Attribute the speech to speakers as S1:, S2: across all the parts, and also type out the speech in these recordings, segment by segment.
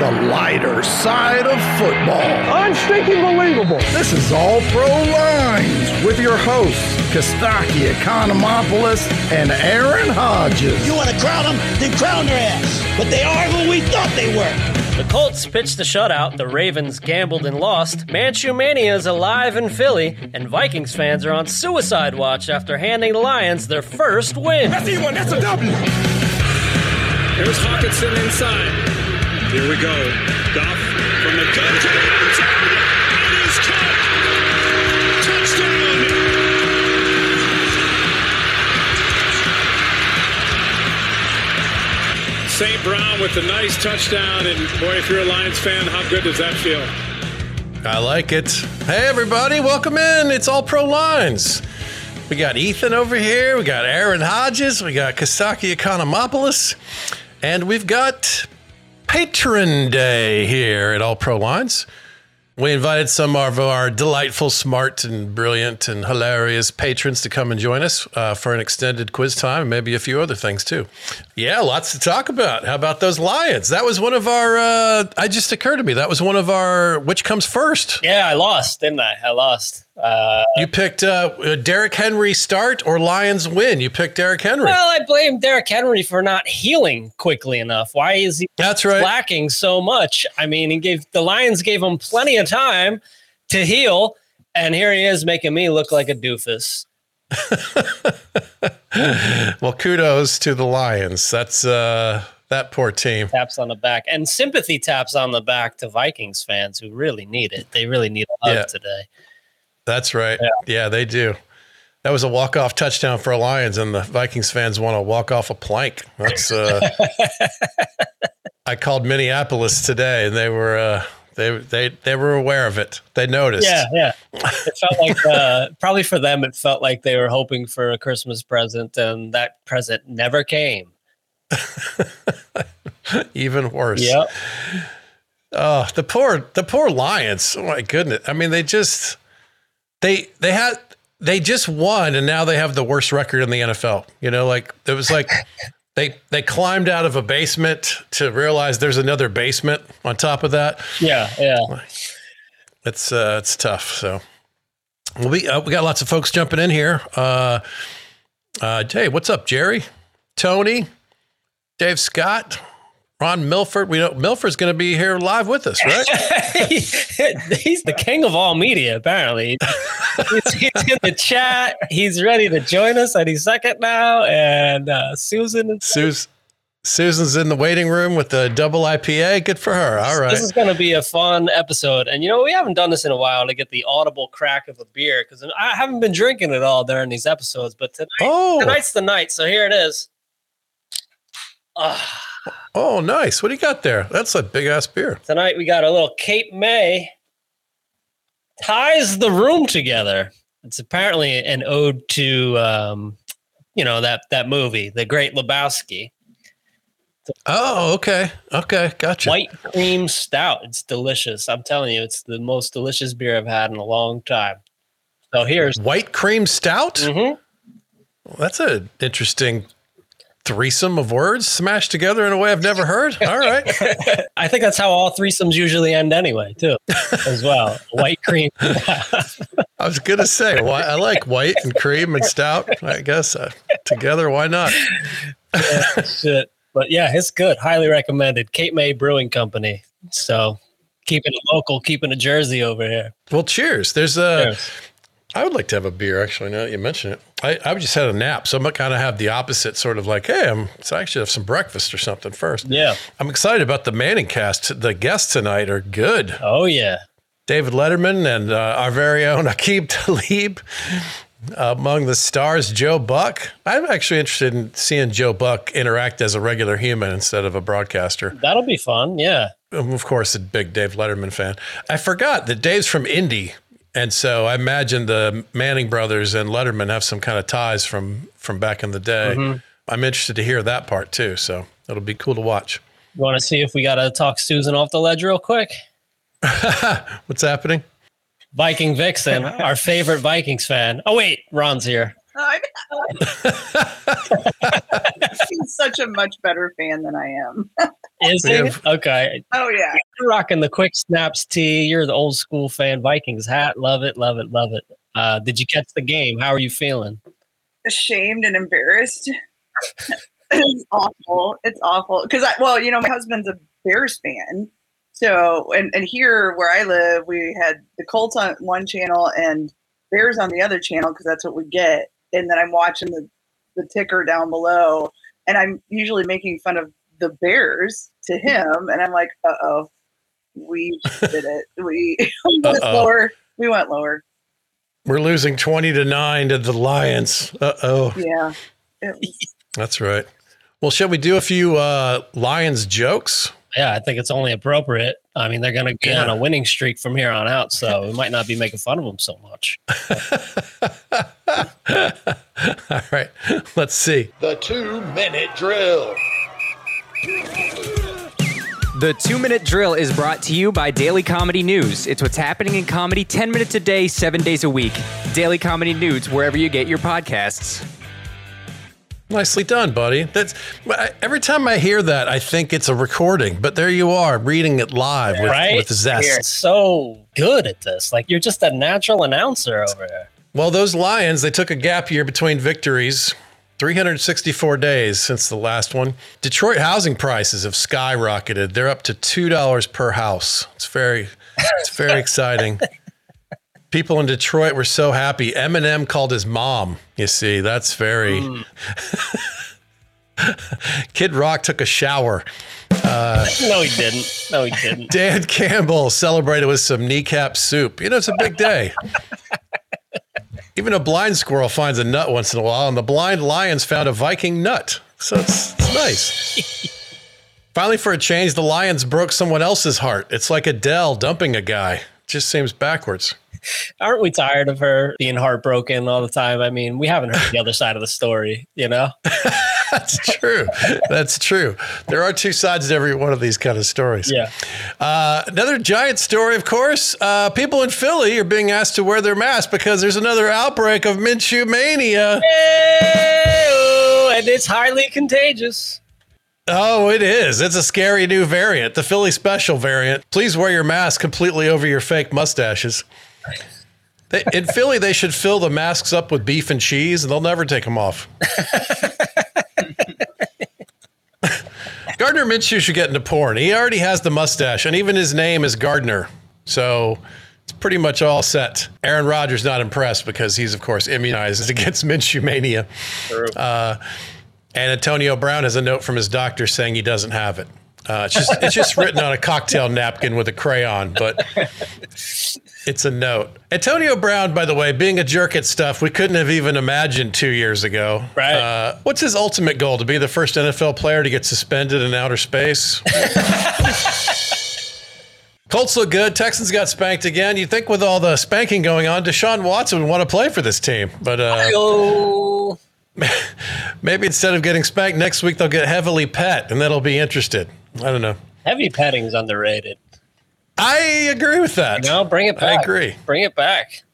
S1: the lighter side of football.
S2: Unstinking believable.
S1: This is All Pro Lines with your hosts, Kostaki Economopoulos and Aaron Hodges.
S3: You want to crown them? Then crown their ass. But they are who we thought they were.
S4: The Colts pitched the shutout, the Ravens gambled and lost, Manchu Mania is alive in Philly, and Vikings fans are on suicide watch after handing the Lions their first win.
S5: That's E1. That's a W.
S6: Here's Hawkinson inside. Here we go. Duff from the gun to the outside. It is caught. Touchdown. St. Brown with the nice touchdown, and boy, if you're a Lions fan, how good does that feel?
S7: I like it. Hey, everybody, welcome in. It's All Pro Lines. We got Ethan over here. We got Aaron Hodges. We got Kasaki Economopoulos. And we've got Patron Day here at All Pro Lines. We invited some of our delightful, smart, and brilliant and hilarious patrons to come and join us uh, for an extended quiz time, and maybe a few other things too. Yeah, lots to talk about. How about those lions? That was one of our. Uh, I just occurred to me that was one of our. Which comes first?
S4: Yeah, I lost, didn't I? I lost. Uh,
S7: You picked uh, uh, Derrick Henry start or Lions win. You picked Derrick Henry.
S4: well, I blame Derrick Henry for not healing quickly enough. Why is he
S7: That's right.
S4: lacking so much? I mean, he gave the Lions gave him plenty of time to heal, and here he is making me look like a doofus.
S7: Well, kudos to the Lions. That's uh, that poor team.
S4: taps on the back and sympathy taps on the back to Vikings fans who really need it. They really need a hug
S7: Yeah.
S4: today.
S7: That's right. Yeah, they do. That was a walk off touchdown for Lions, and the Vikings fans want to walk off a plank. That's. Uh, I called Minneapolis today, and they were uh, they they they were aware of it. They noticed.
S4: Yeah, yeah. It felt like uh, probably for them, it felt like they were hoping for a Christmas present, and that present never came.
S7: Even worse.
S4: Yep.
S7: Oh, the poor, the poor Lions. Oh my goodness. I mean, they just they they had they just won, and now they have the worst record in the NFL. You know, like it was like they they climbed out of a basement to realize there's another basement on top of that.
S4: Yeah, yeah.
S7: It's uh, it's tough. So well, we uh, we got lots of folks jumping in here. Uh, uh, hey, what's up, Jerry, Tony, Dave Scott, Ron Milford? We know Milford's going to be here live with us, right?
S4: he's the king of all media, apparently. he's, he's in the chat. He's ready to join us any second now. And uh, Susan is
S7: Sus- Susan's in the waiting room with the double IPA. Good for her. All right.
S4: This is going to be a fun episode. And, you know, we haven't done this in a while to get the audible crack of a beer because I haven't been drinking it all during these episodes. But tonight,
S7: oh,
S4: tonight's the night. So here it is. Ah,
S7: oh, nice. What do you got there? That's a big ass beer.
S4: tonight we got a little Cape May ties the room together. It's apparently an ode to, um, you know, that, that movie, The Great Lebowski.
S7: Oh, okay. Okay. Gotcha.
S4: White cream stout. It's delicious. I'm telling you, it's the most delicious beer I've had in a long time. So here's
S7: White cream stout.
S4: Mhm.
S7: That's an interesting threesome of words smashed together in a way I've never heard. All right.
S4: I think that's how all threesomes usually end anyway, too, as well. White cream.
S7: I was going to say, why I like white and cream and stout. I guess uh, together, why not?
S4: Shit. But yeah, it's good. Highly recommended. Cape May Brewing Company. So keeping it local, keeping a Jersey over here.
S7: Well, cheers. There's a.
S4: Cheers.
S7: I would like to have a beer, actually. Now that you mention it, I, I just had a nap, so I'm gonna kind of have the opposite sort of like, hey, I'm so I should have some breakfast or something first.
S4: Yeah.
S7: I'm excited about the Manning cast. The guests tonight are good.
S4: Oh, yeah.
S7: David Letterman and uh, our very own Akib Talib. Among the stars, Joe Buck. I'm actually interested in seeing Joe Buck interact as a regular human instead of a broadcaster.
S4: That'll be fun. Yeah.
S7: I'm, of course, a big Dave Letterman fan. I forgot that Dave's from Indy, and so I imagine the Manning brothers and Letterman have some kind of ties from from back in the day. I'm interested to hear that part too, so it'll be cool to watch.
S4: You want to see if we got to talk Susan off the ledge real quick?
S7: What's happening?
S4: Viking Vixen, our favorite Vikings fan. Oh, wait. Ron's here.
S8: I'm She's such a much better fan than I am.
S4: Is
S7: Yeah.
S4: it? Okay.
S2: Oh yeah.
S4: You're rocking the quick snaps tee. You're the old school fan Vikings hat. Love it, love it, love it. Uh, did you catch the game? How are you feeling?
S2: Ashamed and embarrassed. it's awful. It's awful. Because I well, you know, my husband's a Bears fan. So and, and here where I live, we had the Colts on one channel and Bears on the other channel because that's what we get. And then I'm watching the, the ticker down below and I'm usually making fun of the Bears to him and I'm like, uh oh. We did it. We went
S7: Uh-oh.
S2: lower. We went lower.
S7: We're losing 20 to 9 to the Lions. Uh oh.
S2: Yeah. It was
S7: That's right. Well, shall we do a few uh, Lions jokes?
S4: Yeah, I think it's only appropriate. I mean, they're going to be
S7: Yeah.
S4: on a winning streak from here on out, so we might not be making fun of them so much.
S7: All right. Let's see.
S5: The two minute drill.
S8: The two minute drill is brought to you by Daily Comedy News. It's what's happening in comedy 10 minutes a day, seven days a week. Daily Comedy News, wherever you get your podcasts.
S7: Nicely done, buddy. That's I- every time I hear that, I think it's a recording, but there you are reading it live with,
S4: Right?
S7: with
S4: You're
S7: zest.
S4: so good at this. Like, you're just a natural announcer over there.
S7: Well, those Lions, they took a gap year between victories. 364 days since the last one. Detroit housing prices have skyrocketed. They're up to $2 per house. It's very it's very exciting. People in Detroit were so happy. Eminem called his mom. You see, that's very Kid Rock took a shower.
S4: No, he didn't. No, he didn't.
S7: Dan Campbell celebrated with some kneecap soup. You know, it's a big day. Even a blind squirrel finds a nut once in a while, and the blind lions found a Viking nut. So it's, it's nice. Finally, for a change, the lions broke someone else's heart. It's like Adele dumping a guy. Just seems backwards.
S4: Aren't we tired of her being heartbroken all the time? I mean, we haven't heard the other side of the story, you know?
S7: That's true. That's true. There are two sides to every one of these kind of stories.
S4: Yeah.
S7: Uh, another giant story, of course. Uh, people in Philly are being asked to wear their masks because there's another outbreak of Minshew mania.
S4: Hey-oh, and it's highly contagious.
S7: Oh, it is. It's a scary new variant, the Philly special variant. Please wear your mask completely over your fake mustaches. They, in Philly, they should fill the masks up with beef and cheese, and they'll never take them off. Gardner Minshew should get into porn. He already has the mustache, and even his name is Gardner. So it's pretty much all set. Aaron Rodgers not impressed because he's, of course, immunized against Minshew mania. Uh, And Antonio Brown has a note from his doctor saying he doesn't have it. Uh, it's just it's just written on a cocktail napkin with a crayon, but it's a note. Antonio Brown, by the way, being a jerk at stuff we couldn't have even imagined two years ago.
S4: Right.
S7: Uh, what's his ultimate goal? To be the first NFL player to get suspended in outer space? Colts look good. Texans got spanked again. You'd think with all the spanking going on, Deshaun Watson would want to play for this team, but uh,
S4: Oh,
S7: Maybe instead of getting spanked next week, they'll get heavily pet, and that'll be interested. I don't know.
S4: heavy petting is underrated.
S7: I agree with that.
S4: No, bring it
S7: I
S4: back.
S7: agree.
S4: Bring it back.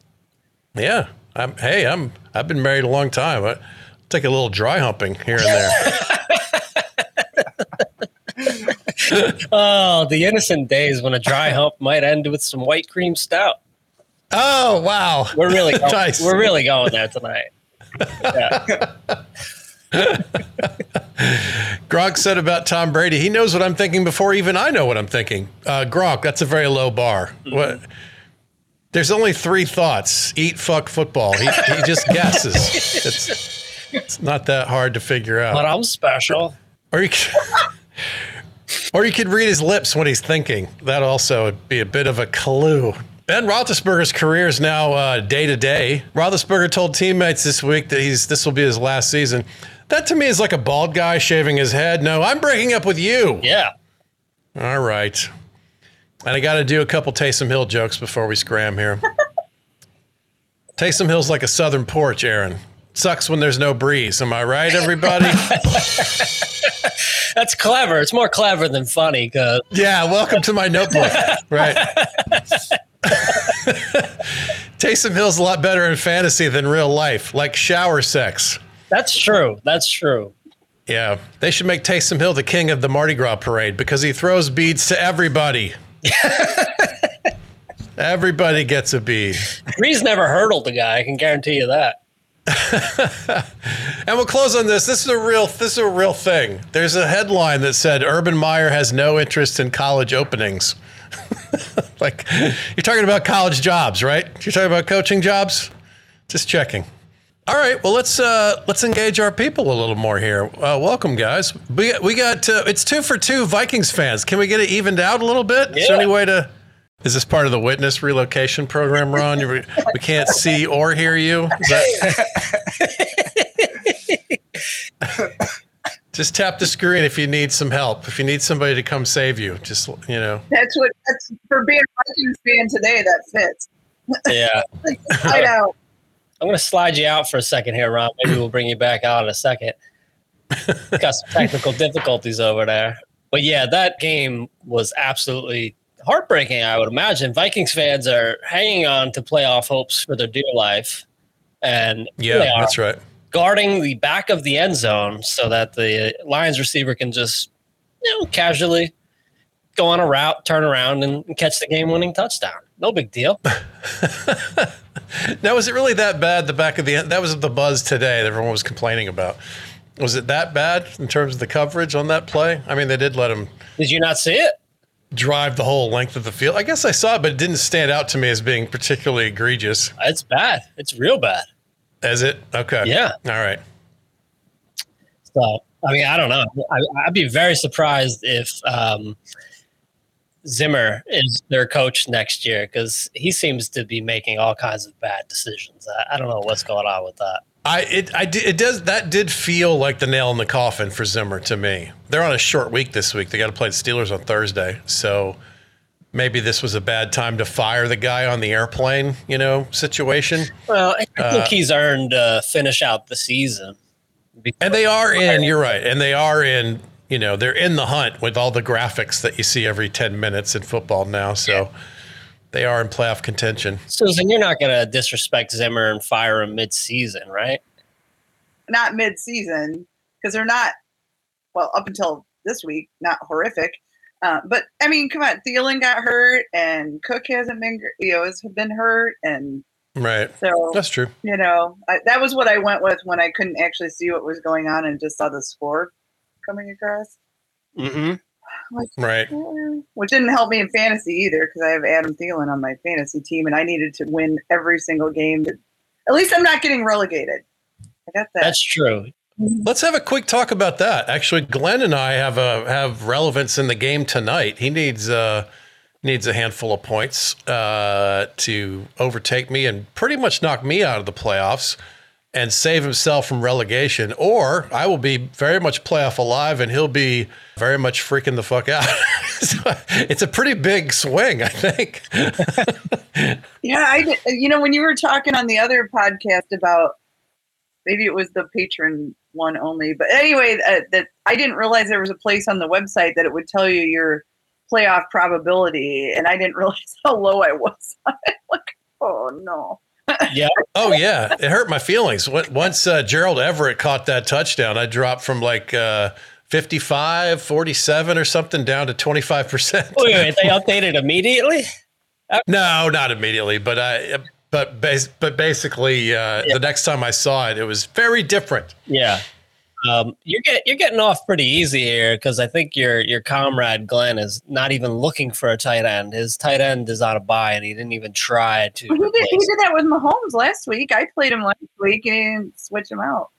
S7: Yeah. I'm. Hey, I'm. I've been married a long time. I take a little dry humping here and there.
S4: Oh, the innocent days when a dry hump might end with some white cream stout.
S7: oh wow.
S4: We're really going,
S7: Nice.
S4: we're really going there tonight.
S7: Gronk said about Tom Brady. He knows what I'm thinking before even I know what I'm thinking. Uh, Gronk, that's a very low bar. What? There's only three thoughts: eat, fuck, football. He, he just guesses. It's, it's not that hard to figure out.
S4: But I'm special.
S7: Or you could, or you could read his lips when he's thinking. That also would be a bit of a clue. Ben Roethlisberger's career is now uh, day to day. Roethlisberger told teammates this week that he's this will be his last season. That to me is like a bald guy shaving his head. No, I'm breaking up with you.
S4: Yeah.
S7: All right. And I got to do a couple Taysom Hill jokes before we scram here. Taysom Hill's like a southern porch, Aaron. Sucks when there's no breeze. Am I right, everybody?
S4: That's clever. It's more clever than funny because
S7: Yeah, welcome to my notebook. right. Taysom Hill's a lot better in fantasy than real life, like shower sex.
S4: that's true. That's true.
S7: Yeah, they should make Taysom Hill the king of the Mardi Gras parade because he throws beads to everybody. everybody gets a bead.
S4: Reeves never hurdled the guy. I can guarantee you that.
S7: And we'll close on this. This is a real this is a real thing. There's a headline that said Urban Meyer has no interest in college openings. like you're talking about college jobs, right? You're talking about coaching jobs? Just checking. All right, well let's uh, let's engage our people a little more here. Uh, welcome, guys. We we got uh, it's two for two Vikings fans. Can we get it evened out a little bit? Is there any way to? Is this part of the witness relocation program, Ron? You- We can't see or hear you. Is that- just tap the screen if you need some help. If you need somebody to come save you, just you know.
S2: That's what that's for being a Vikings fan today. That fits.
S4: Yeah.
S2: Like, I know.
S4: I'm going to slide you out for a second here, Ron. Maybe we'll bring you back out in a second. Got some technical difficulties over there. But yeah, that game was absolutely heartbreaking, I would imagine. Vikings fans are hanging on to playoff hopes for their dear life. And
S7: Yeah,
S4: they are
S7: that's right.
S4: guarding the back of the end zone so that the Lions receiver can just, you know, casually go on a route, turn around, and catch the game winning touchdown. No big deal.
S7: Now, was it really that bad? The back of the that was the buzz today. That everyone was complaining about. Was it that bad in terms of the coverage on that play? I mean, they did let him
S4: Did you not see it?
S7: drive the whole length of the field. I guess I saw it, but it didn't stand out to me as being particularly egregious.
S4: It's bad. It's real bad.
S7: Is it? Okay.
S4: Yeah.
S7: All right.
S4: So, I mean, I don't know. I, I'd be very surprised if um, Zimmer is their coach next year because he seems to be making all kinds of bad decisions. I, I don't know what's going on with that.
S7: I it I did, it does that did feel like the nail in the coffin for Zimmer to me. They're on a short week this week. They got to play the Steelers on Thursday, so maybe this was a bad time to fire the guy on the airplane. You know, situation.
S4: Well, I think he's earned uh, finish out the season.
S7: And they are in, you're right. And they are in, you know, they're in the hunt with all the graphics that you see every 10 minutes in football now. So they are in playoff contention.
S4: Susan, you're not going to disrespect Zimmer and fire him mid-season, right?
S2: Not mid season because they're not. Well, up until this week, not horrific. Uh, but I mean, come on, Thielen got hurt, and Cook hasn't been. gr- You know, has been hurt, and
S7: Right.
S2: so
S7: That's true.
S2: you know I, that was what I went with when I couldn't actually see what was going on and just saw the score coming across,
S4: Mm-hmm.
S7: Right.
S2: which didn't help me in fantasy either because I have Adam Thielen on my fantasy team, and I needed to win every single game. To, at least I'm not getting relegated. I got that.
S4: That's true.
S7: Let's have a quick talk about that. Actually, Glenn and I have a have relevance in the game tonight. He needs uh needs a handful of points uh to overtake me and pretty much knock me out of the playoffs and save himself from relegation or I will be very much playoff alive and he'll be very much freaking the fuck out. So, it's a pretty big swing, I think.
S2: Yeah, I did- uh, you know when you were talking on the other podcast about maybe it was the patron one only, but anyway, uh, that I didn't realize there was a place on the website that it would tell you your playoff probability, and I didn't realize how low I was. on it. like, oh no,
S4: Yeah.
S7: Oh yeah, it hurt my feelings. When- Once uh, Gerald Everett caught that touchdown, I dropped from like uh, 55, 47 or something down to 25%.
S4: Wait, wait, they updated immediately?
S7: No, not immediately, but I but bas- but basically uh, the next time I saw it, it was very different.
S4: Yeah. Um, you're get you're getting off pretty easy here because I think your your comrade Glenn is not even looking for a tight end. His tight end is on a buy and he didn't even try to.
S2: he did, he
S4: replace-
S2: did that with Mahomes last week. I played him last week and he didn't switch him out.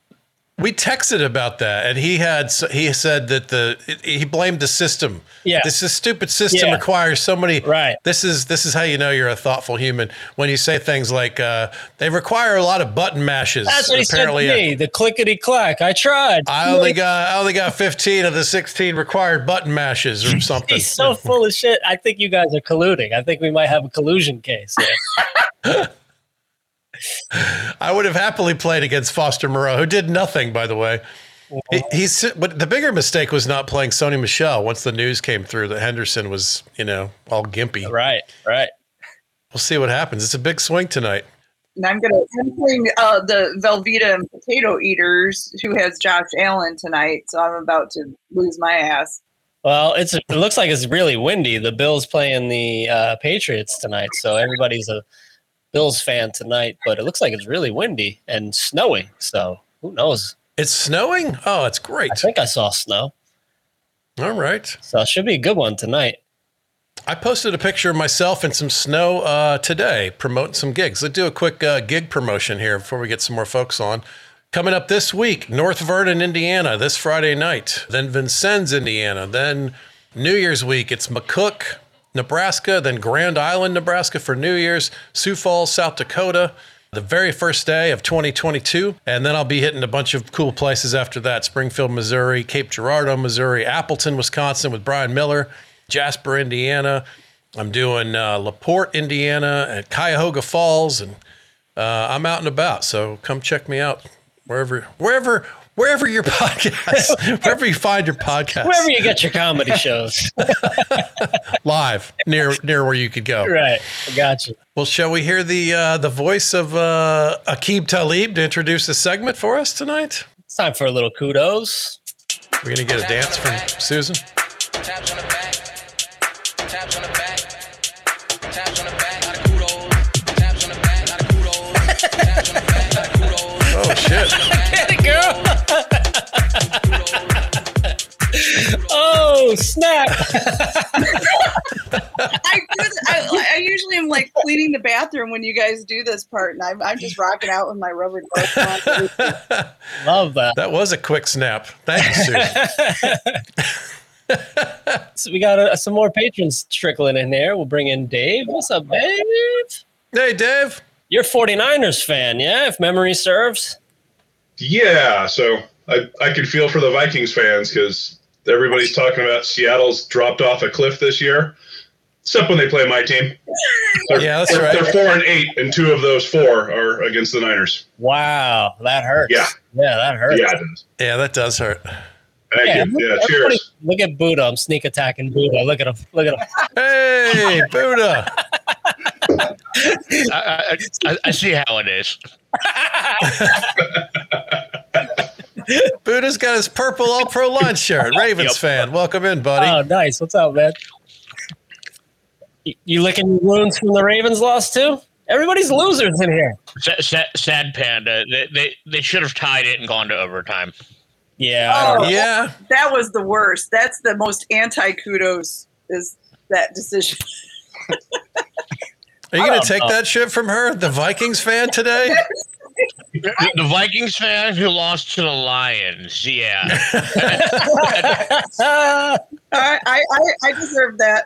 S7: We texted about that, and he had he said that the he blamed the system.
S4: Yeah.
S7: this is stupid system
S4: Yeah.
S7: requires so many.
S4: Right.
S7: This is this is how you know you're a thoughtful human when you say things like uh, they require a lot of button mashes.
S4: That's what he said to me. the clickety clack. I tried.
S7: I only got I only got 15 of the 16 required button mashes or something.
S4: He's so full of shit. I think you guys are colluding. I think we might have a collusion case. Here.
S7: I would have happily played against Foster Moreau, who did nothing, by the way. He, he's but the bigger mistake was not playing Sony Michelle once the news came through that Henderson was you know all gimpy.
S4: right. Right.
S7: We'll see what happens. It's a big swing tonight.
S2: and I'm gonna I'm playing uh, the Velveeta and Potato Eaters, who has Josh Allen tonight. So I'm about to lose my ass.
S4: Well, it's it looks like it's really windy. The Bills playing the uh, Patriots tonight, so everybody's a Bills fan tonight. But it looks like it's really windy and snowy. So who knows?
S7: It's snowing? Oh, it's great.
S4: I think I saw snow,
S7: All right.
S4: so it should be a good one tonight.
S7: I posted a picture of myself in some snow uh, today, promoting some gigs. Let's do a quick uh, gig promotion here before we get some more folks on. Coming up this week, North Vernon, Indiana, this Friday night. Then Vincennes, Indiana. Then New Year's week, it's McCook, Nebraska. Then Grand Island, Nebraska for New Year's. Sioux Falls, South Dakota. The very first day of 2022. And then I'll be hitting a bunch of cool places after that Springfield, Missouri, Cape Girardeau, Missouri, Appleton, Wisconsin with Brian Miller. Jasper, Indiana. I'm doing uh, Laporte, Indiana, and Cuyahoga Falls, and uh, I'm out and about. So come check me out wherever, wherever, wherever your podcast, wherever you find your podcast,
S4: Wherever you get your comedy shows,
S7: live near near where you could go.
S4: right? I got you.
S7: Well, shall we hear the uh, the voice of uh, Akib Talib to introduce the segment for us tonight?
S4: It's time for a little kudos.
S7: We're gonna get a dance from Susan.
S9: Taps on the back. Taps on the back. Taps on the back. Lot of kudos. Taps on the back. Lot of kudos. Taps on the back. Lot of kudos.
S7: Oh shit!
S4: Get it, girl. oh snap!
S2: I, do- I, I usually am like cleaning the bathroom when you guys do this part, and I'm, I'm just rocking out with my rubber gloves. on.
S4: Love that.
S7: That was a quick snap. Thank you, Susan.
S4: So we got uh, some more patrons trickling in there. We'll bring in Dave. What's up, Dave?
S7: hey, Dave.
S4: You're a 49ers fan, yeah? If memory serves.
S10: Yeah, so I, I could feel for the Vikings fans because everybody's talking about Seattle's dropped off a cliff this year, except when they play my team. They're,
S7: Yeah, that's
S10: they're,
S7: right.
S10: They're four and eight, and two of those four are against the Niners.
S4: Wow, that hurts.
S10: Yeah.
S4: Yeah, that hurts.
S10: Yeah, it is.
S7: Yeah, that does hurt.
S10: Thank
S4: Yeah,
S10: you. Yeah,
S4: everybody-
S10: cheers.
S4: Look at Buddha. I'm sneak attacking Buddha. Look at him. Look at him.
S7: Hey, Buddha.
S5: I, I, I see how it is.
S7: Buddha's got his purple all pro line shirt. Ravens
S5: Yep.
S7: fan. Welcome in,
S4: Oh,
S7: buddy.
S4: nice. What's up, man? You- You licking your wounds from the Ravens loss too? Everybody's losers in here.
S5: Sad, sad, sad panda. They, they they should have tied it and gone to overtime.
S4: Yeah. I
S2: Oh,
S5: Uh,
S4: don't know.
S7: Oh, yeah.
S2: That was the worst. That's the most anti kudos is that decision.
S7: Are you going
S5: uh,
S4: don't
S7: to take
S4: know.
S7: that shit from her, the Vikings fan today?
S5: The, the Vikings fan who lost to the Lions. Yeah,
S2: I, I, I- I deserve that.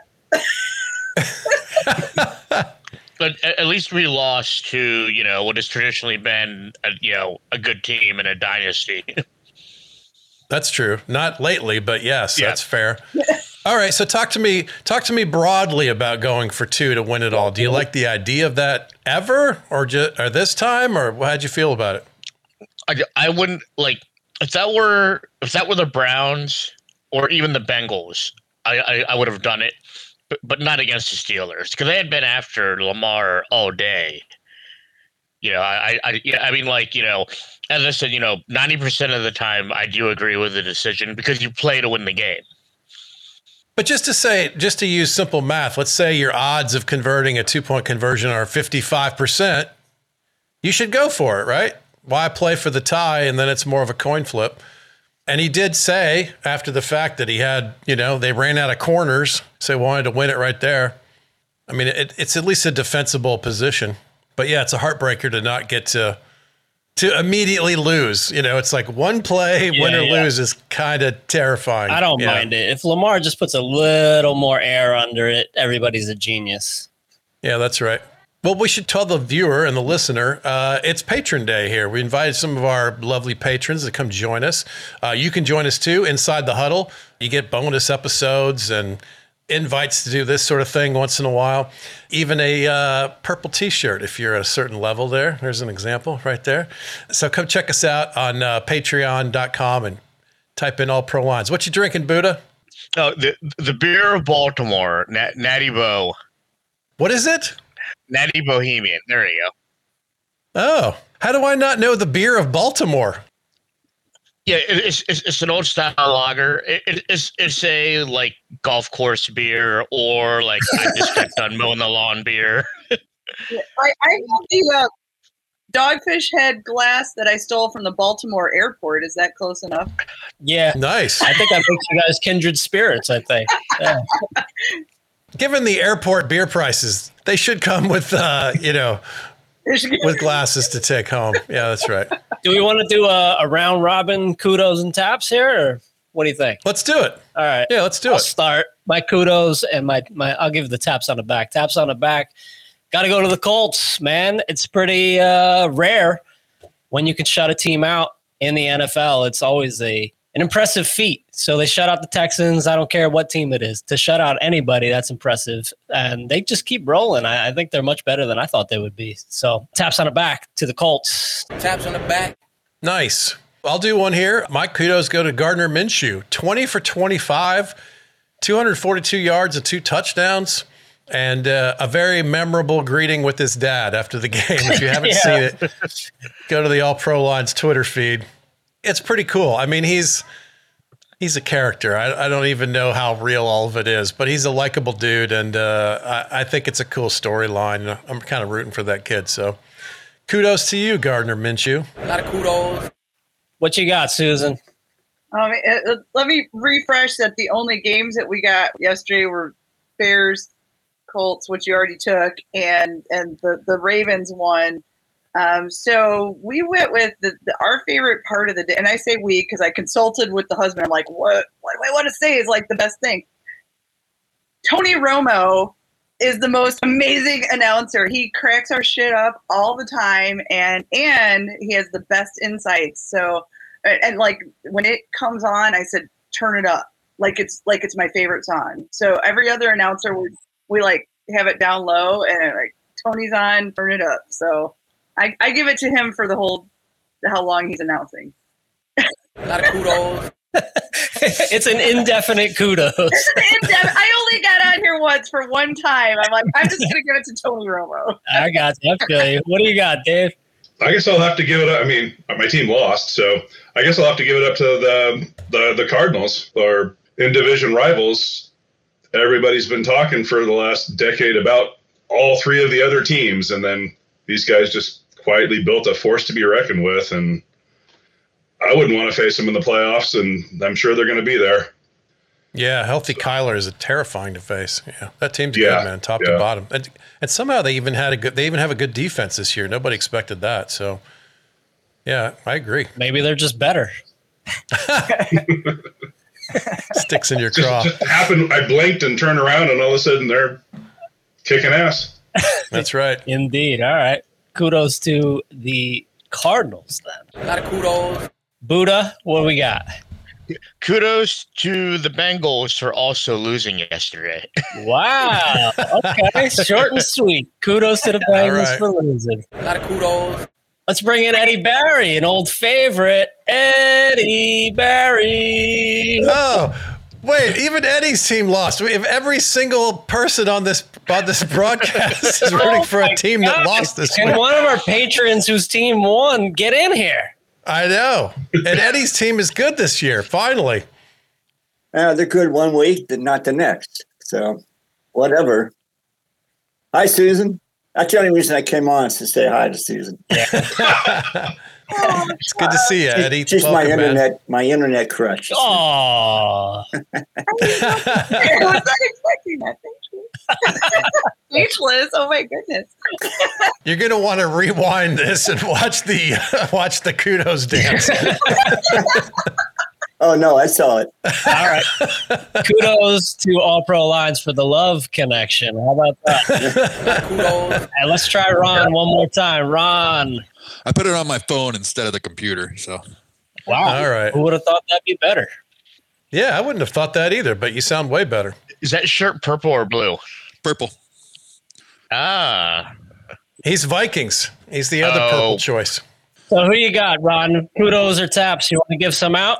S5: but a- at, least we lost to you know what has traditionally been a, you know a good team and a dynasty.
S7: That's true. Not lately, but yes,
S5: Yeah.
S7: that's fair. All right, so talk to me talk to me broadly about going for 2 to win it all.
S5: Mm-hmm.
S7: Do you like the idea of that ever or just or this time or how'd you feel about it?
S5: I, I wouldn't like if that were if that were the Browns or even the Bengals. I I, I would have done it, but, but not against the Steelers because they had been after Lamar all day. You know, I I, I yeah, I mean, like you know, as I said, you know, ninety percent of the time I do agree with the decision because you play to win the game.
S7: But just to say, just to use simple math, let's say your odds of converting a two point conversion are 55%. You should go for it, right? Why play for the tie and then it's more of a coin flip? And he did say after the fact that he had, you know, they ran out of corners, so he wanted to win it right there. I mean, it, it's at least a defensible position. But yeah, it's a heartbreaker to not get to to immediately lose. You know, it's like one play, win or
S4: yeah.
S7: lose is kind of terrifying.
S4: I don't
S7: Yeah.
S4: mind it. If Lamar just puts a little more air under it, everybody's a genius.
S7: Yeah, that's right. Well, we should tell the viewer and the listener uh, it's Patron Day here. We invited some of our lovely patrons to come join us. Uh, you can join us too inside the huddle. You get bonus episodes and invites to do this sort of thing once in a while. Even a uh, purple t shirt if you're at a certain level there. There's an example right there. So come check us out on uh, patreon.com and type in all pro lines. What you drinking, Buddha?
S5: No, the the beer of Baltimore, Nat, Natty Bo,
S7: What is it?
S5: Natty Bohemian. There you go.
S7: Oh, how do I not know the beer of Baltimore?
S5: Yeah, it, it's, it's it's an old style lager. It, it, it's it's a like golf course beer or like I just got done mowing the lawn beer.
S2: I, I have the uh, dogfish head glass that I stole from the Baltimore airport. Is that close enough?
S4: Yeah,
S7: Nice.
S4: I think that makes you guys kindred spirits. I think. Yeah.
S7: Given the airport beer prices, they should come with uh, you know, with glasses to take home. Yeah, that's right.
S4: Do we want to do a, a round robin kudos and taps here, or what do you think?
S7: Let's do it.
S4: All right.
S7: Yeah, let's do
S4: I'll
S7: it.
S4: start my kudos and my my. I'll give the taps on the back. Taps on the back. Got to go to the Colts, man. It's pretty uh, rare when you can shut a team out in the NFL. It's always a an impressive feat. So they shut out the Texans. I don't care what team it is to shut out anybody. That's impressive, and they just keep rolling. I, I think they're much better than I thought they would be. So taps on the back to the Colts.
S9: Taps on the back.
S7: Nice. I'll do one here. My kudos go to Gardner Minshew. 20 for 25, 242 yards and two touchdowns, and uh, a very memorable greeting with his dad after the game. If you haven't seen it, go to the All Pro Lines Twitter feed. It's pretty cool. I mean, he's he's a character. I, I don't even know how real all of it is, but he's a likable dude, and uh, I, I think it's a cool storyline. I'm kind of rooting for that kid. So, kudos to you, Gardner Minshew.
S9: A lot of kudos.
S4: What you got, Susan?
S2: Um, it- it- let me refresh that the only games that we got yesterday were Bears, Colts, which you already took, and and the the Ravens one. Um, so we went with the, the our favorite part of the day, and I say we because I consulted with the husband. I'm like, what what do I want to say is like the best thing. Tony Romo is the most amazing announcer. He cracks our shit up all the time, and and he has the best insights. So and, and like when it comes on, I said, "Turn it up!" Like it's like it's my favorite song. So every other announcer, we, we like have it down low, and like Tony's on, turn it up. So I, I give it to him for the whole how long he's announcing.
S9: A lot of kudos.
S4: it's an indefinite kudos.
S2: I only got on here once for one time. I'm like, I'm just gonna give it to Tony Romo.
S4: I got you. I feel you. What do you got, Dave?
S10: I guess I'll have to give it up. I mean, my team lost, so I guess I'll have to give it up to the the, the Cardinals, our in division rivals. Everybody's been talking for the last decade about all three of the other teams, and then these guys just quietly built a force to be reckoned with. And I wouldn't want to face them in the playoffs, and I'm sure they're going to be there.
S7: Yeah, healthy Kyler is a terrifying to face. Yeah, that team's
S10: Yeah,
S7: good, man, top
S10: yeah.
S7: to bottom, and and somehow they even had a good. They even have a good defense this year. Nobody expected that. So, yeah, I agree.
S4: Maybe they're just better.
S7: Sticks in your
S10: Just,
S7: craw.
S10: just happened. I blinked and turned around, and all of a sudden they're kicking ass.
S7: That's right.
S4: Indeed. All right. Kudos to the Cardinals then.
S9: A lot of kudos.
S4: Buddha, what we got?
S5: Kudos to the Bengals for also losing yesterday.
S4: Wow. Okay. Short and sweet. Kudos to the Bengals
S7: right.
S4: for losing.
S9: A lot of kudos.
S4: Let's bring in Eddie Barry, an old favorite. Eddie Barry.
S7: Oh, wait, even Eddie's team lost. We have every single person on this on this broadcast
S10: Oh
S7: is rooting for a team that lost this
S4: Can
S7: week.
S4: one of our patrons whose team won get in here?
S7: I know, and Eddie's team is good this year. Finally,
S11: Uh, they're good one week, but not the next. So, whatever. Hi, Susan. That's the only reason I came on is to say hi to Susan.
S2: Oh,
S7: it's good to see you, Eddie.
S11: She's my
S7: Welcome, man.
S11: internet, my internet crush.
S4: Oh,
S2: I was not expecting that. Thank you. Speechless. Oh my goodness.
S7: You're gonna want to rewind this and watch the watch the kudos dance.
S11: Oh no, I saw it.
S4: all right. Kudos to All Pro Lines for the love connection. How about that?
S9: Kudos.
S4: Hey, let's try Ron one more time. Ron.
S12: I put it on my phone instead of the computer. So
S4: Wow.
S7: All right.
S4: Who would have thought that'd be better?
S7: Yeah, I wouldn't have thought that either, but you sound way better.
S5: Is that shirt purple or blue?
S12: purple.
S5: Ah,
S7: He's Vikings. He's the other
S5: Oh.
S7: purple choice.
S4: So who you got, Ron? Kudos or taps? You want to give some out?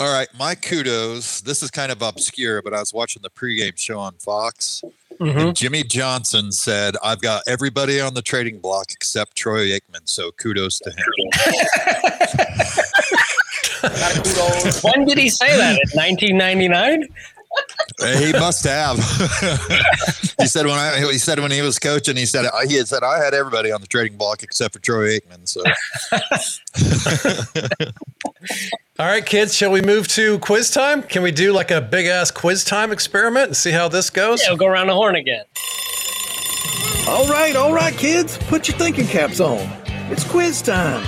S12: All right, my kudos. This is kind of obscure, but I was watching the pregame show on Fox, And
S7: Mm-hmm.
S12: Jimmy Johnson said, I've got everybody on the trading block except Troy Aikman, so kudos to him.
S4: when did he say that? In 1999?
S12: he must have. he said when I, he said when he was coaching, he said he had said I had everybody on the trading block except for Troy Aikman. So
S7: All right, kids, shall we move to quiz time? Can we do like a big ass quiz time experiment and see how this goes?
S4: Yeah, we'll go around the horn again.
S13: All right, all right, kids, put your thinking caps on. It's quiz time.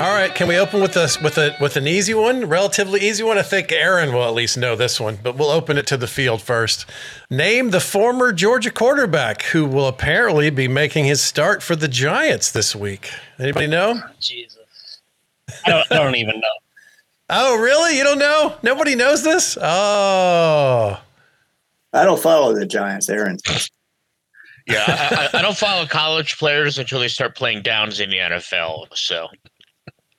S7: All right, can we open with this with a with an easy one, relatively easy one? I think Aaron will at least know this one, but we'll open it to the field first. Name the former Georgia quarterback who will apparently be making his start for the Giants this week. Anybody know?
S4: Jesus. I don't, I don't even know.
S7: Oh, really? You don't know? Nobody knows this? Oh.
S11: I don't follow the Giants, Aaron.
S5: Yeah, I, I, I don't follow college players until they start playing downs in the NFL. So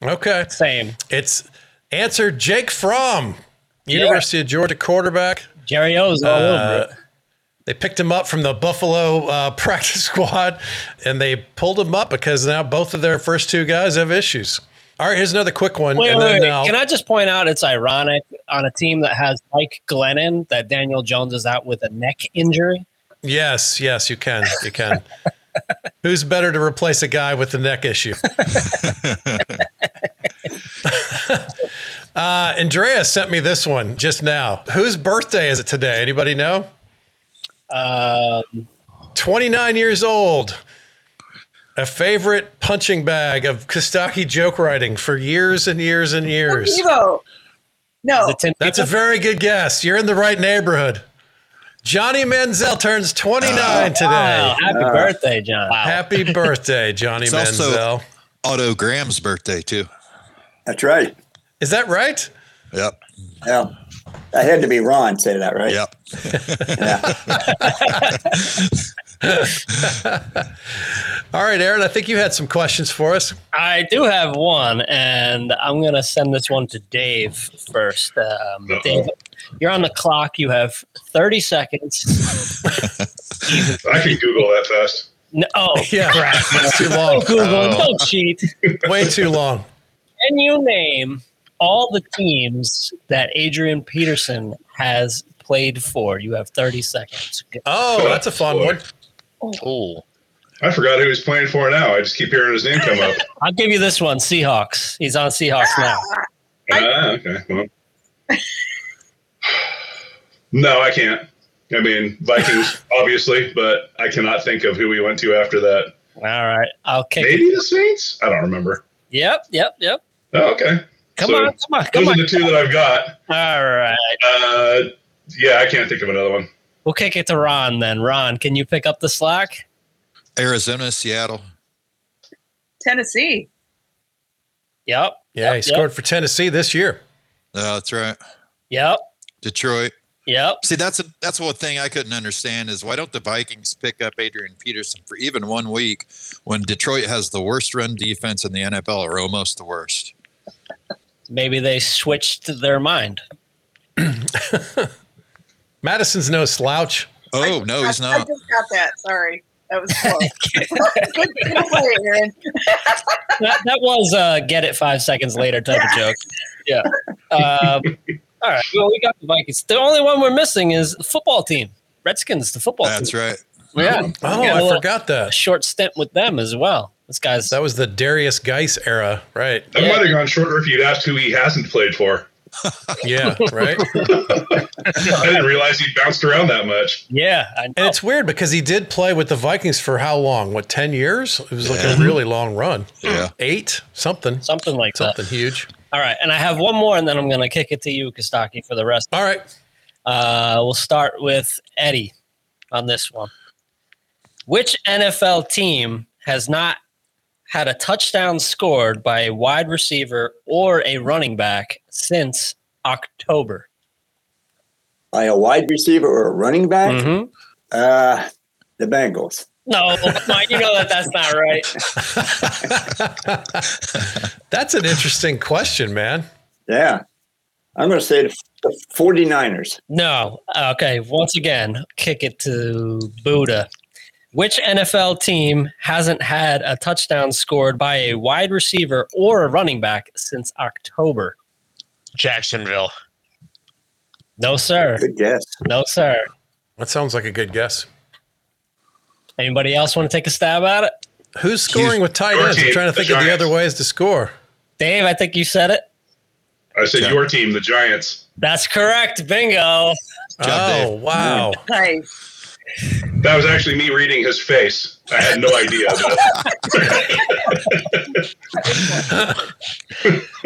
S7: Okay.
S4: Same.
S7: It's answer Jake Fromm, University of Georgia quarterback.
S4: Jerry O's all
S7: Uh,
S4: over it.
S7: They picked him up from the Buffalo uh, practice squad and they pulled him up because now both of their first two guys have issues. All right, here's another quick one.
S4: Wait,
S7: and
S4: wait,
S7: then uh,
S4: wait.
S7: I'll-
S4: Can I just point out it's ironic on a team that has Mike Glennon that Daniel Jones is out with a neck injury?
S7: Yes, yes, you can. You can. Who's better to replace a guy with a neck issue? uh, Andrea sent me this one just now. Whose birthday is it today? Anybody know?
S4: Um,
S7: 29 years old. A favorite punching bag of Kostaki joke writing for years and years and years.
S2: Evo. No.
S7: Oh, That's a very good guess. You're in the right neighborhood. Johnny Manziel turns 29 today.
S4: Wow, happy
S7: Uh,
S4: birthday, John.
S7: Happy birthday, Johnny
S12: It's also-
S7: Manziel.
S12: Otto Graham's birthday too.
S11: That's right.
S7: Is that right?
S12: Yep.
S11: Yeah. I had to be Ron say that, right? Yep.
S7: All right, Aaron, I think you had some questions for us.
S4: I do have one, and I'm going to send this one to Dave first. Um, Dave, you're on the clock. You have 30 seconds.
S10: I can Google that fast.
S4: No, oh,
S7: yeah,
S4: crap.
S7: It's too long.
S4: Don't Google.
S7: Oh.
S4: Don't cheat.
S7: Way too long.
S4: Can you name all the teams that Adrian Peterson has played for? You have 30 seconds.
S7: Oh, that's a fun one.
S5: Oh.
S10: I forgot who he's playing for now. I just keep hearing his name come up.
S4: I'll give you this one Seahawks. He's on Seahawks now.
S10: ah, okay. Well. No, I can't. I mean, Vikings, obviously, but I cannot think of who we went to after that.
S4: All right. I'll kick
S10: Maybe the Saints? I don't remember.
S4: Yep, yep, yep.
S10: Oh, okay.
S4: Come
S10: So,
S4: on, come on, come
S10: those
S4: on.
S10: are the two that I've got.
S4: All right.
S10: Uh, yeah, I can't think of another one.
S4: We'll kick it to Ron then. Ron, can you pick up the slack?
S12: Arizona, Seattle.
S2: Tennessee.
S4: Yep.
S7: Yeah,
S4: yep,
S7: he scored for Tennessee this year.
S12: Oh, that's right.
S4: Yep.
S12: Detroit.
S4: Yep.
S12: See, that's a that's one thing I couldn't understand is why don't the Vikings pick up Adrian Peterson for even one week when Detroit has the worst run defense in the NFL or almost the worst.
S4: Maybe they switched their mind.
S7: Madison's no slouch.
S12: Oh, no, he's
S2: I just got that. Sorry. That was close. Good play, Aaron.
S4: that, that was uh, get it five seconds later type of joke. Yeah. Um, all right. Well, we got the Vikings. The only one we're missing is the football team. Redskins, the football
S12: That's
S4: team.
S12: right.
S4: Yeah.
S7: Oh,
S4: We got a
S7: I
S4: little
S7: forgot that.
S4: Short stint with them as well. This guy's
S7: That was the Darius Geis era, right?
S10: That might have gone shorter if you'd asked who he hasn't played for.
S7: Yeah, right.
S10: I didn't realize he bounced around that much.
S4: Yeah, I know.
S7: and it's weird because he did play with the Vikings for how long? What ten years? It was like a really long run.
S12: Yeah,
S7: eight something,
S4: something like
S7: something
S4: that.
S7: huge.
S4: All right, and I have one more, and then I'm going to kick it to you, Kostaki, for the rest.
S7: All right.
S4: Uh, we'll start with Eddie on this one. Which NFL team has not had a touchdown scored by a wide receiver or a running back since October?
S11: By a wide receiver or a running back?
S4: Mm-hmm.
S11: Uh, the Bengals.
S4: No, Mike, you know that that's not right.
S7: That's an interesting question, man.
S11: Yeah. I'm going to say the the 49ers.
S4: No. Okay. Once again, kick it to Buddha. Which NFL team hasn't had a touchdown scored by a wide receiver or a running back since October?
S5: Jacksonville.
S4: No, sir.
S11: Good guess.
S4: No, sir.
S7: That sounds like a good guess.
S4: Anybody else want to take a stab at it?
S7: Who's scoring with tight ends? I'm trying to think of the other ways to score.
S4: Dave, I think you said it.
S10: I said
S7: Yeah.
S10: your team, the Giants.
S4: That's correct. Bingo.
S7: Oh, wow.
S2: Nice.
S10: That was actually me reading his face. I had no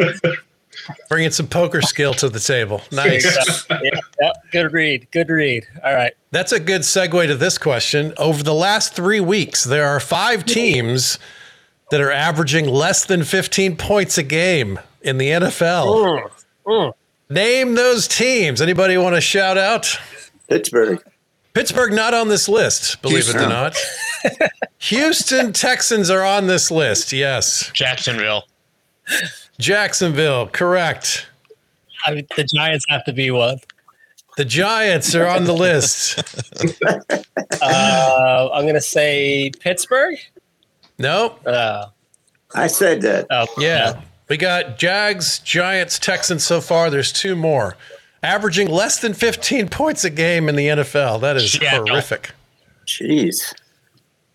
S10: idea. but-
S7: Bringing some poker skill to the table. Nice.
S4: Yeah, yeah, good read. Good read. All right.
S7: That's a good segue to this question. Over the last three weeks, there are five teams that are averaging less than 15 points a game in the NFL. Name those teams. Anybody want to shout out?
S11: Pittsburgh.
S7: Pittsburgh not on this list, believe it or
S5: Houston.
S7: not. Houston Texans are on this list. Yes.
S5: Jacksonville.
S7: Jacksonville, correct.
S4: I mean, the Giants have to be one.
S7: The Giants are on the list.
S4: Uh, I'm going to say Pittsburgh.
S7: Nope.
S4: Uh,
S11: I said that.
S7: yeah. We got Jags, Giants, Texans so far. There's two more. Averaging less than 15 points a game in the NFL. That is horrific.
S11: Jeez.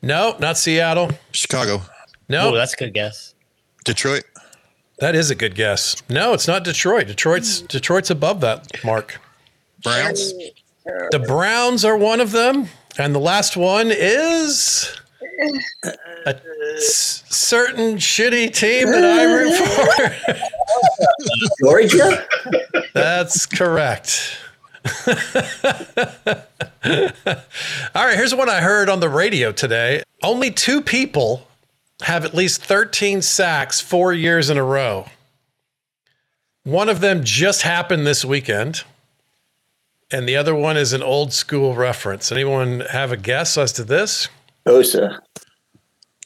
S7: No, not Seattle.
S12: Chicago.
S7: No.
S4: Ooh, Oh, that's a good guess.
S12: Detroit.
S7: That is a good guess. No, it's not Detroit. Detroit's Detroit's above that mark.
S12: Browns.
S7: The Browns are one of them, and the last one is a s- certain shitty team that I root for.
S11: Georgia?
S7: That's correct. All right, here's one I heard on the radio today. Only two people have at least 13 sacks four years in a row. One of them just happened this weekend, and the other one is an old school reference. Anyone have a guess as to this?
S11: Bosa.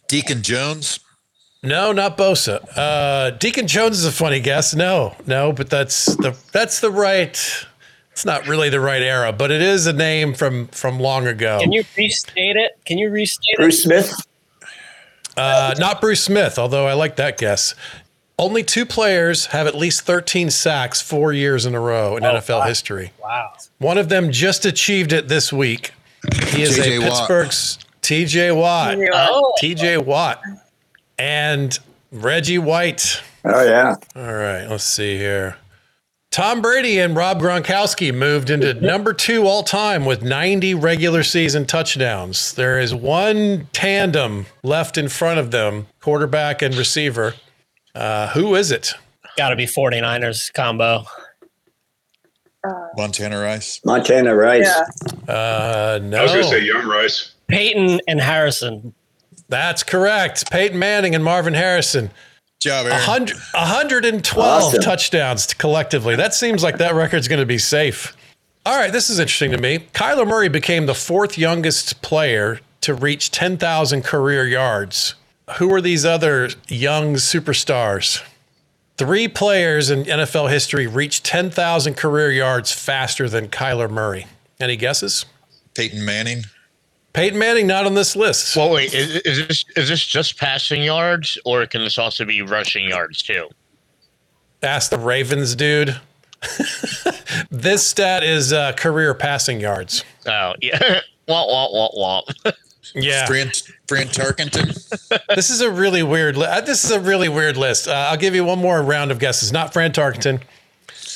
S12: Deacon Jones.
S7: No, not Bosa. Uh, Deacon Jones is a funny guess. No, no, but that's the that's the right. It's not really the right era, but it is a name from from long ago.
S4: Can you restate it? Can you restate it?
S11: Smith.
S7: Uh, not Bruce Smith, although I like that guess. Only two players have at least 13 sacks four years in a row in NFL history.
S4: Oh, Wow.
S7: One of them just achieved it this week. He is
S12: T.J.
S7: a
S12: Watt.
S7: Pittsburgh's TJ Watt.
S2: T.J. Watt. Oh.
S7: TJ Watt. And Reggie White.
S11: Oh, yeah.
S7: All right, let's see here. Tom Brady and Rob Gronkowski moved into number two all time with 90 regular season touchdowns. There is one tandem left in front of them quarterback and receiver. Uh, who is it?
S4: Got to be 49ers combo.
S12: Montana Rice.
S11: Montana Rice.
S2: Yeah.
S7: Uh, no.
S10: I was going to say Young Rice.
S4: Peyton and Harrison.
S7: That's correct. Peyton Manning and Marvin Harrison.
S12: Job,
S7: A
S12: Aaron.
S7: hundred- a 112
S11: Awesome.
S7: touchdowns collectively. That seems like that record's going to be safe. All right, this is interesting to me. Kyler Murray became the fourth youngest player to reach 10,000 career yards. Who are these other young superstars? Three players in NFL history reached 10,000 career yards faster than Kyler Murray. Any guesses?
S12: Peyton Manning.
S7: Peyton Manning not on this list.
S5: Well, wait, is, is this is this just passing yards, or can this also be rushing yards too?
S7: Ask the Ravens, dude. this stat is uh, career passing yards.
S5: Oh yeah, womp womp womp womp.
S7: Yeah.
S12: Brent, Brent Tarkenton.
S7: this is a really weird. Li- uh, this is a really weird list. Uh, I'll give you one more round of guesses. Not Fran Tarkenton.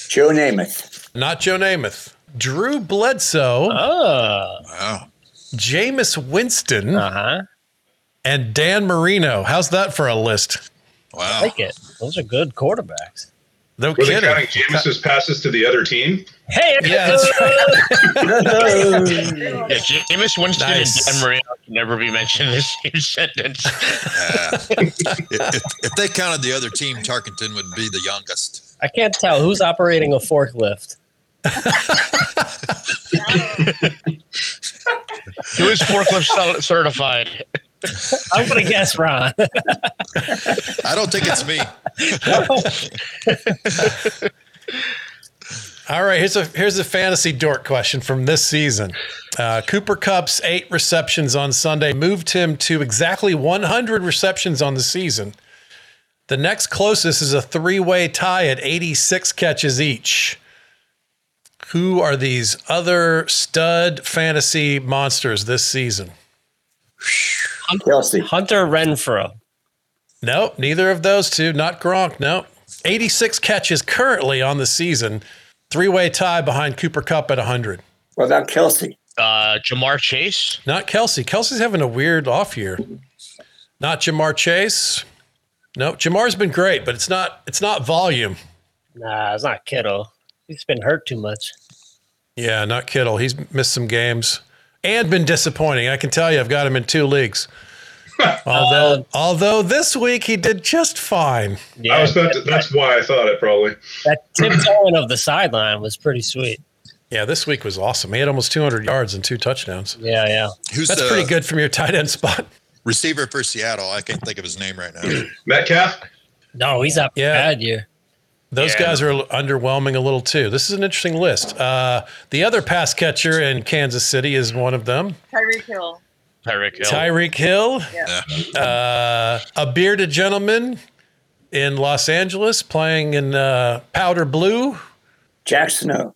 S11: Joe Namath.
S7: Not Joe Namath. Drew Bledsoe.
S4: Oh.
S12: Wow.
S7: Jameis Winston.
S4: Uh huh.
S7: And Dan Marino. How's that for a list?
S12: Wow.
S4: Like it. Those are good quarterbacks.
S7: No
S10: Were they
S7: kidding.
S10: counting Jameis's passes to the other team?
S4: Hey,
S7: Yeah, that's
S5: Yeah, Jameis Winston
S7: Nice.
S5: and Dan Marino can never be mentioned in the same sentence.
S12: Yeah. if, if- if they counted the other team, Tarkenton would be the youngest.
S4: I can't tell who's operating a forklift.
S5: Who is forklift cel- certified?
S4: I'm going to guess Ron.
S12: I don't think it's me.
S7: All right, here's a here's a fantasy dork question from this season. Uh, Cooper Cup's eight receptions on Sunday moved him to exactly 100 receptions on the season. The next closest is a three-way tie at 86 catches each. Who are these other stud fantasy monsters this season?
S11: Kelsey.
S7: Hunter Renfro. Nope, neither of those two. Not Gronk. Nope. 86 catches currently on the season. Three way tie behind Cooper Cup at 100.
S11: What about Kelsey?
S5: Uh, Jamar Chase.
S7: Not Kelsey. Kelsey's having a weird off year. Not Jamar Chase. No, Jamar's been great, but it's not it's not volume.
S4: Nah, it's not Kittle. He's been hurt too much.
S7: Yeah, not Kittle. He's missed some games and been disappointing. I can tell you, I've got him in two leagues. although, although this week he did just fine.
S10: I was about to, that's why I thought it probably.
S4: That tiptoeing of the sideline was pretty sweet.
S7: Yeah, this week was awesome. He had almost 200 yards and two touchdowns.
S4: Yeah, yeah.
S12: Who's
S7: that's
S12: the-
S7: pretty good from your tight end spot.
S12: Receiver for Seattle. I can't think of his name right now.
S10: Metcalf.
S4: No, he's up
S7: Yeah.
S4: bad year.
S7: Those
S4: Yeah.
S7: guys are underwhelming a little too. This is an interesting list. Uh, the other pass catcher in Kansas City is one of them.
S2: Tyreek Hill.
S5: Tyreek Hill.
S7: Tyreek Hill,
S2: Yeah.
S7: uh, a bearded gentleman in Los Angeles playing in uh, powder blue.
S11: Jack Snow.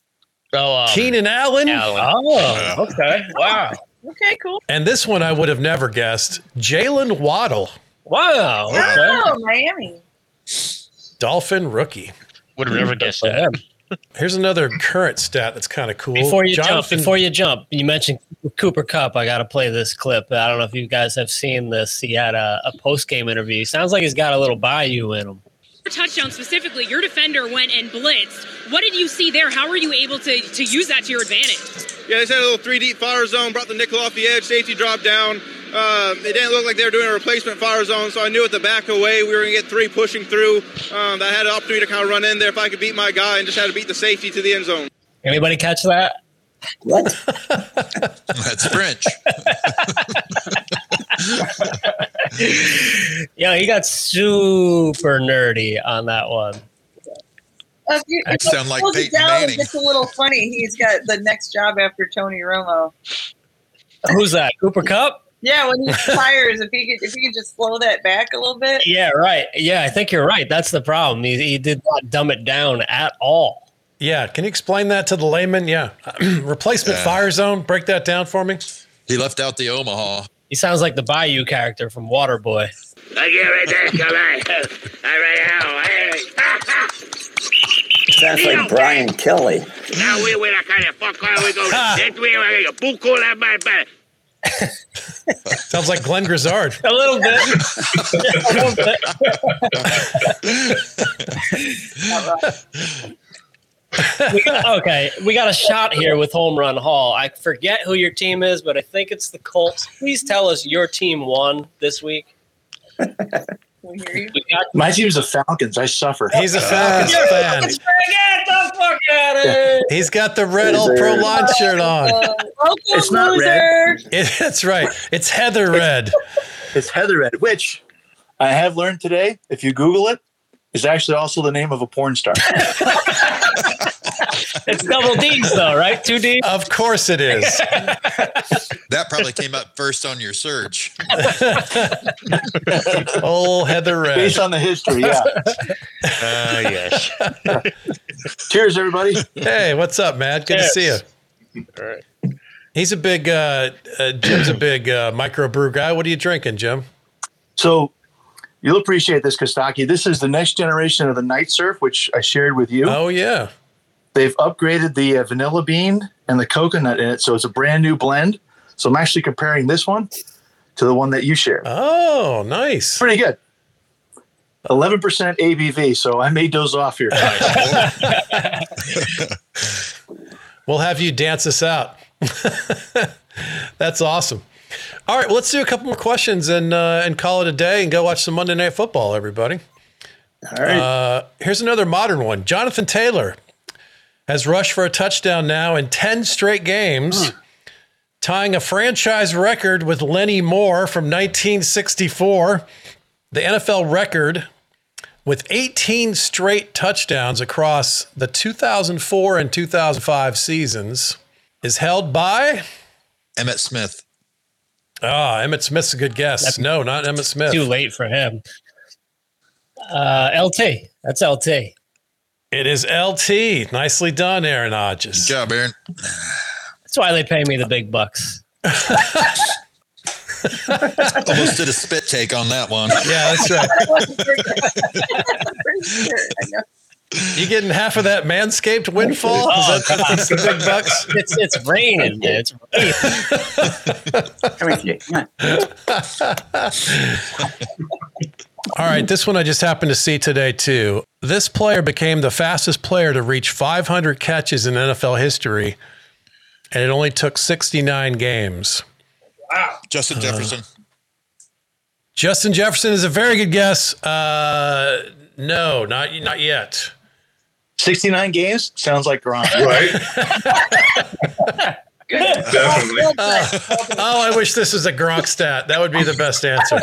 S5: Oh, um,
S7: Keenan Allen.
S4: Oh, okay. Wow.
S2: Okay, cool.
S7: And this one I would have never guessed. Jalen Waddle,
S4: Wow.
S2: Oh, Miami.
S7: Dolphin rookie.
S5: Would have never guessed
S4: that.
S7: Here's another current stat that's kind of cool.
S4: Before you jump,
S7: Jonathan-
S4: before you jump, you mentioned Cooper Cup. I got to play this clip. I don't know if you guys have seen this. He had a, a post game interview. Sounds like he's got a little Bayou in him.
S14: For touchdown specifically, your defender went and blitzed. What did you see there? How were you able to, to use that to your advantage?
S15: Yeah, they sent a little three deep fire zone, brought the nickel off the edge, safety dropped down. Um, it didn't look like they were doing a replacement fire zone, so I knew at the back away we were going to get three pushing through. Um, I had an opportunity to kind of run in there if I could beat my guy and just had to beat the safety to the end zone.
S4: Anybody catch that?
S11: What?
S12: That's French.
S4: Yeah, he got super nerdy on that one.
S2: Uh, if you-
S4: I
S2: if you
S4: sound like
S2: close it
S4: Peyton
S2: down,
S4: Manning.
S2: It gets a little funny. He's got the next job after Tony Romo.
S4: Who's that? Cooper Cup?
S2: Yeah, when he retires, if he could, if he could just slow that back a little bit.
S4: Yeah, right. Yeah, I think you're right. That's the problem. He, he did not dumb it down at all.
S7: Yeah, can you explain that to the layman? Yeah, replacement
S12: Yeah.
S7: fire zone. Break that down for me.
S12: He left out the Omaha.
S4: He sounds like the Bayou character from Waterboy.
S9: I get right there, come on. All right, now, hey.
S11: Sounds like Brian Kelly.
S9: Now we will kind of fuck all we go. That way, I got a buckle on my back.
S7: Sounds like Glenn Grizzard.
S4: A little bit. A little bit. We- okay, we got a shot here with home run hall. I forget who your team is, but I think it's the Colts. Please tell us your team won this week.
S2: We hear you.
S16: My team's the Falcons. I suffer.
S7: He's a Falcons
S4: You're a
S7: fan.
S4: Falcons fan. Get the fuck out of here.
S7: He's got the red all pro line shirt
S2: Uh,
S7: on.
S16: It's not red.
S7: It- that's right. It's heather red.
S16: It's heather red, which I have learned today. If you Google it, is actually also the name of a porn star.
S4: It's double D's though, right? Two D's.
S7: Of course it is.
S12: That probably came up first on your search.
S7: Oh, Heather Red.
S16: Based on the history, yeah.
S5: Uh, yes.
S16: Cheers, everybody.
S7: Hey, what's up, Matt? Good to see you.
S5: All right.
S7: He's a big uh, uh, Jim's a big uh, microbrew guy. What are you drinking, Jim?
S16: So you'll appreciate this, Kostaki. This is the next generation of the Night Surf, which I shared with you.
S7: Oh yeah,
S16: they've upgraded the uh, vanilla bean and the coconut in it, so it's a brand new blend. So I'm actually comparing this one to the one that you shared.
S7: Oh, nice.
S16: Pretty good. 11% ABV, so I may doze off here.
S7: We'll have you dance us out. That's awesome. All right, well, let's do a couple more questions and uh, and call it a day and go watch some Monday Night Football, everybody.
S16: All right.
S7: Uh, here's another modern one. Jonathan Taylor has rushed for a touchdown now in ten straight games, tying a franchise record with Lenny Moore from 1964, the NFL record with 18 straight touchdowns across the 2004 and 2005 seasons is held by
S12: Emmett Smith.
S7: Ah, Emmett Smith's a good guess.
S4: That's-
S7: no, not Emmett Smith.
S4: Too late for him. Uh, LT. That's LT.
S7: It is LT. Nicely done, Aaron Hodges. Good
S12: job, Aaron.
S4: That's why they pay me the big bucks.
S12: Almost did a spit take on that one.
S7: Yeah, that's right. You getting half of that manscaped windfall?
S4: Oh,
S7: Is that-
S4: God.
S7: that's the big bucks?
S4: It's it's raining. man. It's
S7: All right, this one I just happened to see today too. This player became the fastest player to reach 500 catches in NFL history, and it only took 69 games. Uh,
S12: Justin Jefferson.
S7: Justin Jefferson is a very good guess. Uh, no, not not yet.
S16: 69 games sounds like Gronk.
S10: Right.
S7: Definitely.
S4: Uh,
S7: oh, I wish this was a Gronk stat. That would be the best answer.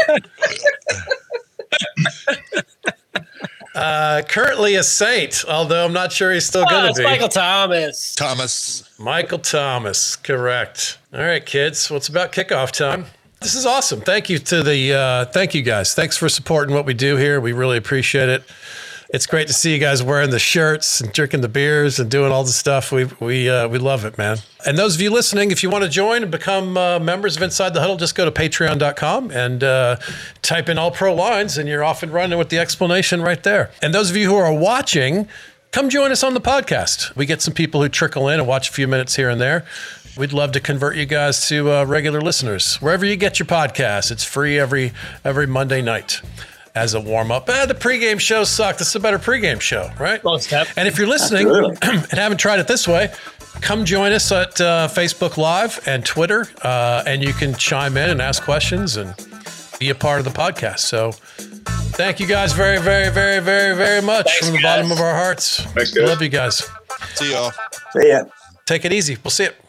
S7: Uh, currently a Saint, although I'm not sure he's still
S4: Oh,
S7: going to
S4: it's
S7: be.
S4: Michael Thomas.
S12: Thomas.
S7: Michael Thomas, correct. All right, kids. Well, it's about kickoff time. This is awesome. Thank you to the uh, thank you guys. Thanks for supporting what we do here. We really appreciate it. It's great to see you guys wearing the shirts and drinking the beers and doing all the stuff. We we uh, we love it, man. And those of you listening, if you want to join and become uh, members of Inside the Huddle, just go to Patreon.com and uh, type in All Pro Lines, and you're off and running with the explanation right there. And those of you who are watching, come join us on the podcast. We get some people who trickle in and watch a few minutes here and there. We'd love to convert you guys to uh, regular listeners wherever you get your podcast. It's free every every Monday night as a warm up. Eh, the pregame show sucked. This is a better pregame show, right? And if you're listening and haven't tried it this way, come join us at uh, Facebook Live and Twitter, uh, and you can chime in and ask questions and be a part of the podcast. So. Thank you guys very, very, very, very, very much from the bottom of our hearts. Thanks, guys. Love you guys.
S12: See y'all.
S11: See ya.
S7: Take it easy. We'll see you.